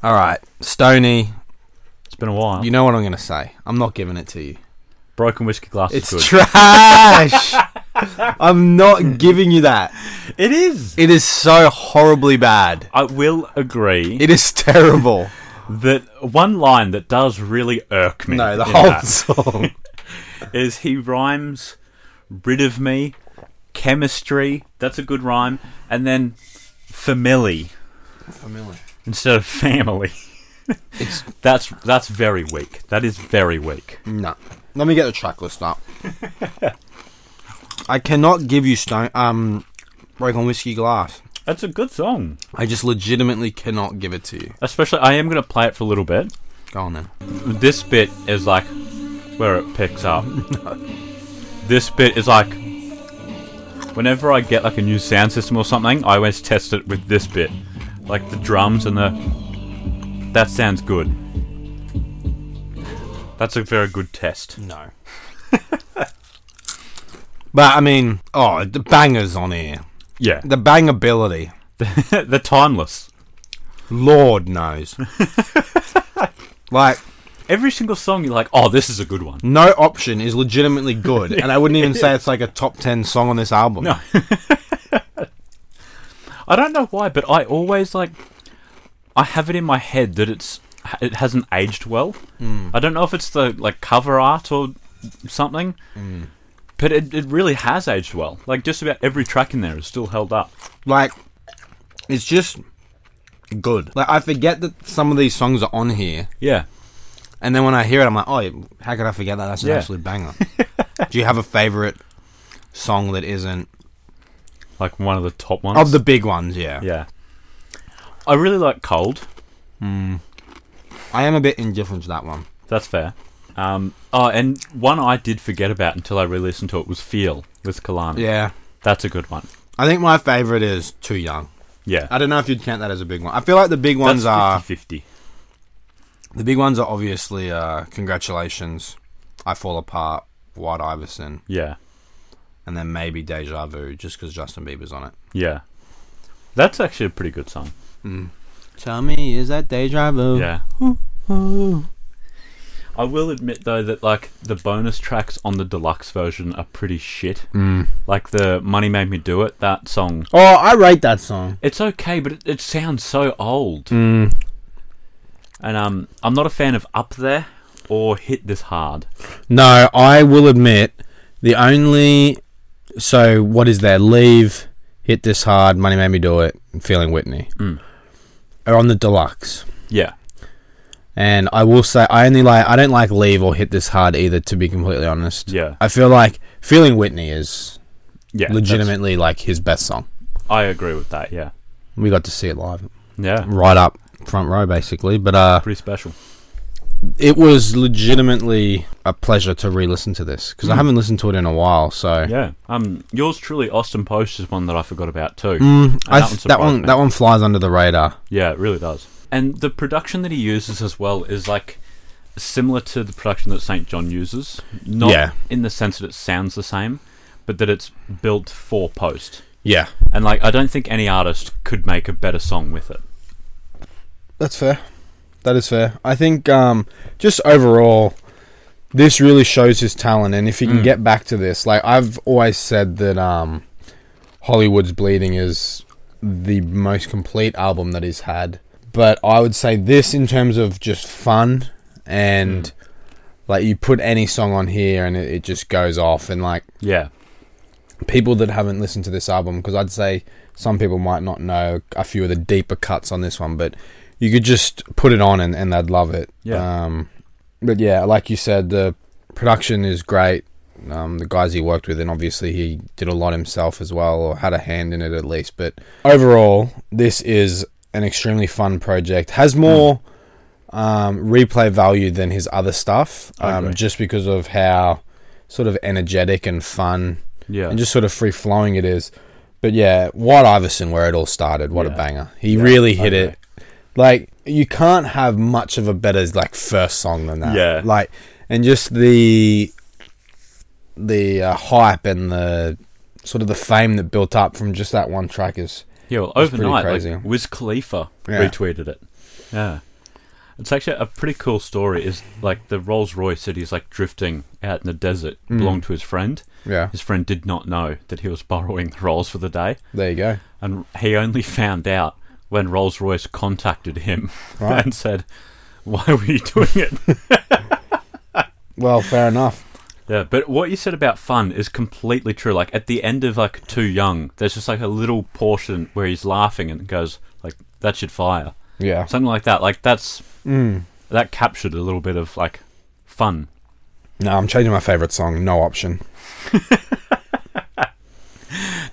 All right, Stony, It's been a while. you know what I'm going to say. I'm not giving it to you. Broken whiskey glass It's is good. trash. I'm not giving you that. it is. It is so horribly bad. I will agree It is terrible. that one line that does really irk me. No, the in whole that song. is he rhymes rid of me, chemistry. That's a good rhyme, and then family instead of family. It's That's that's very weak. That is very weak. no. Let me get the track list up. I cannot give you stone um broken whiskey glass. That's a good song. I just legitimately cannot give it to you. Especially, I am going to play it for a little bit. Go on then. This bit is like where it picks up. This bit is like whenever I get like a new sound system or something, I always test it with this bit, like the drums and the. That sounds good. That's a very good test. No. but I mean, oh, the bangers on here. Yeah, The bangability. they're timeless. Lord knows. like Every single song, you're like, oh, this is a good one. no option is legitimately good, and I wouldn't even say it's like a top ten song on this album. No. I don't know why, but I always like I have it in my head that it's it hasn't aged well. Hmm. I don't know if it's the like cover art or something, Hmm. but it, it really has aged well. Like just about every track in there is still held up. Like, it's just good. Like I forget that some of these songs are on here, Yeah, and then when I hear it, I'm like, oh, yeah, how could I forget that? That's an Yeah. absolute banger. Do you have a favorite song that isn't like one of the top ones of the big ones? Yeah. Yeah, I really like Cold. I am a bit indifferent to that one. That's fair. Um, oh, and one I did forget about until I re-listened to it was Feel with Kalani. Yeah, that's a good one. I think my favorite is Too Young. Yeah, I don't know if you'd count that as a big one. I feel like the big that's ones uh, are 50 the big ones are obviously uh, congratulations, I fall apart, White Iverson, Yeah. and then maybe Deja Vu, just because Justin Bieber's on it. Yeah. That's actually a pretty good song. Hmm. Tell me, is that Deja Vu? Yeah. I will admit though that like the bonus tracks on the deluxe version are pretty shit. Hmm. Mm. Like the Money Made Me Do It, that song. Oh, I rate that song. It's okay, but it, it sounds so old. Hmm. And um I'm not a fan of Up There or Hit This Hard. No, I will admit the only so what is there? Leave, hit this hard, money made me do it, and feeling Whitney are on the deluxe. Yeah. And I will say I only like I don't like leave or hit this hard either. To be completely honest, Yeah. I feel like feeling Whitney is Yeah. that's- legitimately like his best song. I agree with that, yeah. We got to see it live, Yeah. right up front row, basically. But uh, Pretty special. it was legitimately a pleasure to re-listen to this because I Hmm. haven't listened to it in a while. So Yeah. Um yours truly Austin Post is one that I forgot about too. Mm, I that th- that one one surprised me. that one flies under the radar. Yeah, it really does. And the production that he uses as well is like similar to the production that St. John uses. Not Yeah. in the sense that it sounds the same, but that it's built for post. Yeah, And like I don't think any artist could make a better song with it. that's fair. That is fair. I think um, just overall, this really shows his talent, and if he can get back to this, like I've always said that um, Hollywood's Bleeding is the most complete album that he's had. But I would say this in terms of just fun and like you put any song on here and it, it just goes off and like Yeah. people that haven't listened to this album because I'd say some people might not know a few of the deeper cuts on this one, but you could just put it on and, and they'd love it. Yeah. Um, but yeah, like you said, the production is great. Um, the guys he worked with, and obviously he did a lot himself as well, or had a hand in it at least. But overall, this is an extremely fun project. Has Hmm. more um, replay value than his other stuff, I um, agree. just because of how sort of energetic and fun Yeah. and just sort of free flowing it is. But yeah, White Iverson, where it all started, what a Yeah. banger! He really I hit agree. it. Like you can't have much of a better like first song than that. Yeah. like and just the the uh, hype and the sort of the fame that built up from just that one track is yeah, well It's pretty overnight crazy. like Wiz Khalifa Yeah. retweeted it. Yeah. It's actually a pretty cool story. Is like the Rolls Royce that he's like drifting out in the desert Mm. belonged to his friend. Yeah. His friend did not know that he was borrowing the Rolls for the day, There you go. and he only found out when Rolls Royce contacted him Right. and said, "Why were you doing it?" Well, fair enough. Yeah, but what you said about fun is completely true. Like at the end of like Too Young, there's just like a little portion where he's laughing and goes like, "That should fire," Yeah. something like that. Like that's Mm. that captured a little bit of like fun. No, I'm changing my favorite song. No option.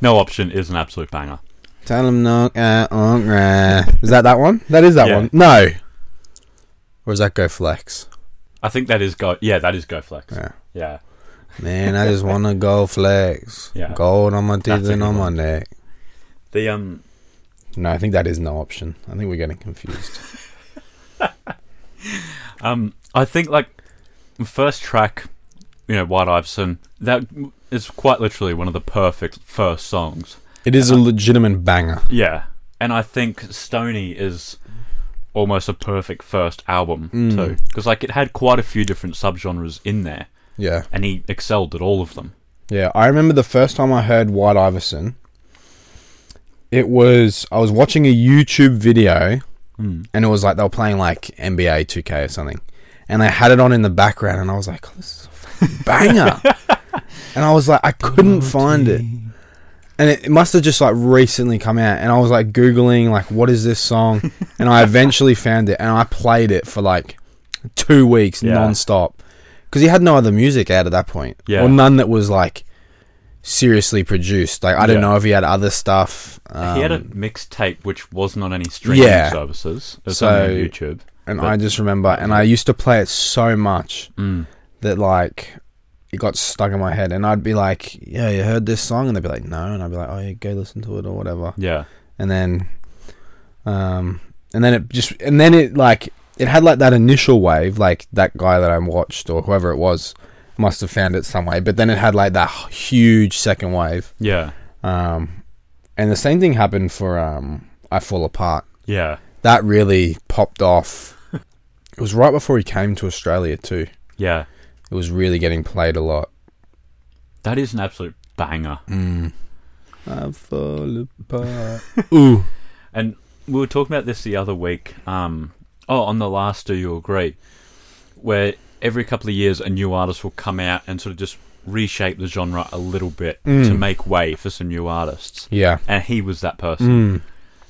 No option is an absolute banger. Tell him no. Uh, uh, uh. Is that that one? That is that Yeah. one. No. Or does that go flex? I think that is go. Yeah, that is go flex. Yeah. yeah. Man, I just wanna go flex. Yeah. Gold on my teeth That's a and good on my one. neck. The um, No, I think that is no option. I think we're getting confused. Um, I think like the first track, you know, White Iverson. That is quite literally one of the perfect first songs. it is a legitimate banger. Yeah, and I think Stony is almost a perfect first album Mm. too, because like it had quite a few different subgenres in there, Yeah. and he excelled at all of them. Yeah, I remember the first time I heard White Iverson. It was I was watching a YouTube video, Mm. and it was like they were playing like NBA 2K or something, and they had it on in the background, and I was like, oh, "This is a fucking banger," and I was like, I couldn't find it, and it, it must have just like recently come out, and I was like googling like, "What is this song?" and I eventually found it, and I played it for like two weeks Yeah. non-stop because he had no other music out at that point, Yeah. or none that was like seriously produced. Like I don't Yeah. know if he had other stuff. Um, he had a mixtape which wasn't on any streaming yeah. services. It's So- only on YouTube. and but- I just remember, and I used to play it so much Mm. that like it got stuck in my head, and I'd be like, "Yeah, you heard this song?" and they'd be like, "No," and I'd be like, "Oh, yeah, go listen to it or whatever." Yeah, and then um and then it just and then it like it had like that initial wave like that guy that I watched or whoever it was must have found it some way but then it had like that huge second wave yeah, um and the same thing happened for um I fall apart yeah, that really popped off it was right before he came to Australia too yeah. it was really getting played a lot That is an absolute banger. I fall apart ooh And we were talking about this the other week. Um, oh, on the last Do You Agree? Where every couple of years a new artist will come out and sort of just reshape the genre a little bit Mm. to make way for some new artists. yeah And he was that Mm. person.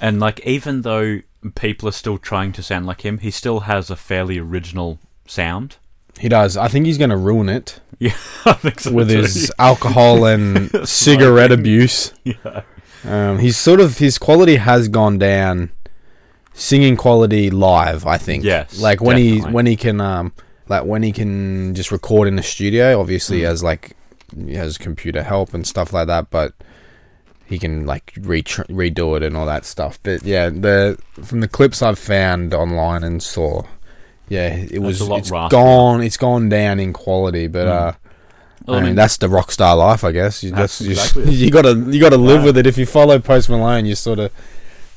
And like, even though people are still trying to sound like him, he still has a fairly original sound. he does I think he's gonna ruin it Yeah, I think so. with too. his alcohol and cigarette abuse. Yeah. Um, he's sort of his quality has gone down. Singing quality live, I think. Yes, Like when he definitely. when he can um like when he can just record in the studio. Hmm. Obviously, as like he has computer help and stuff like that, but he can like re- redo it and all that stuff. But yeah, the from the clips I've found online and saw, yeah, it was a lot Hmm. it's raspier. gone. It's gone down in quality, but uh, Well, I I mean, mean- that's the rock star life, I guess. You That's just, you, exactly it. you gotta you gotta live with it. If you follow Post Malone, you sort of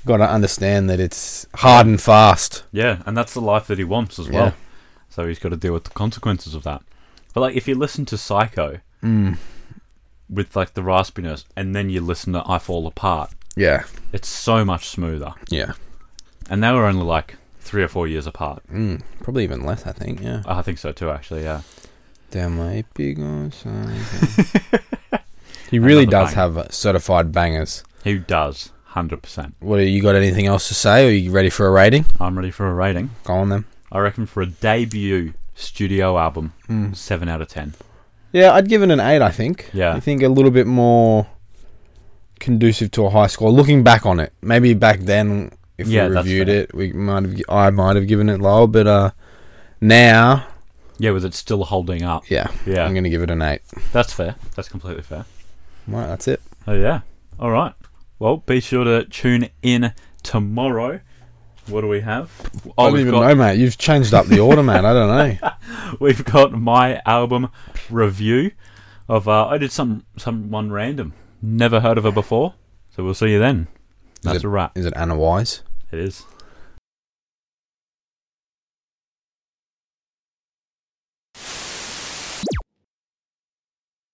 gotta understand that it's hard and fast. Yeah, and that's the life that he wants as well. Yeah. So he's got to deal with the consequences of that. But like, if you listen to Psycho Mm. with like the raspiness, and then you listen to I Fall Apart, Yeah, it's so much smoother. yeah, And they were only like three or four years apart. mm, probably even less. I think. Yeah, I think so too, actually. Yeah, there might be going uh, He really Another does banger. have uh, certified bangers. he does hundred percent. What are you got? Anything else to say? Are you ready for a rating? I'm ready for a rating. Go on then. I reckon for a debut studio album, seven out of ten. Yeah, I'd give it an eight. I think. Yeah. I think a little bit more conducive to a high score. Looking back on it, maybe back then if Yeah, we that's reviewed fair. it, we might have I might have given it lower, but uh, now, Yeah, was it still holding up? yeah, Yeah. I'm gonna give it an eight. That's fair. That's completely fair. Right, that's it. Oh yeah. All right. Well, be sure to tune in tomorrow. What do we have? I Oh, don't we've even got, know, mate. You've changed up the order, man. I don't know. we've got my album review of uh, I did some someone random. Never heard of her before. So we'll see you then. That's a wrap. Is it Anna Wise? It is.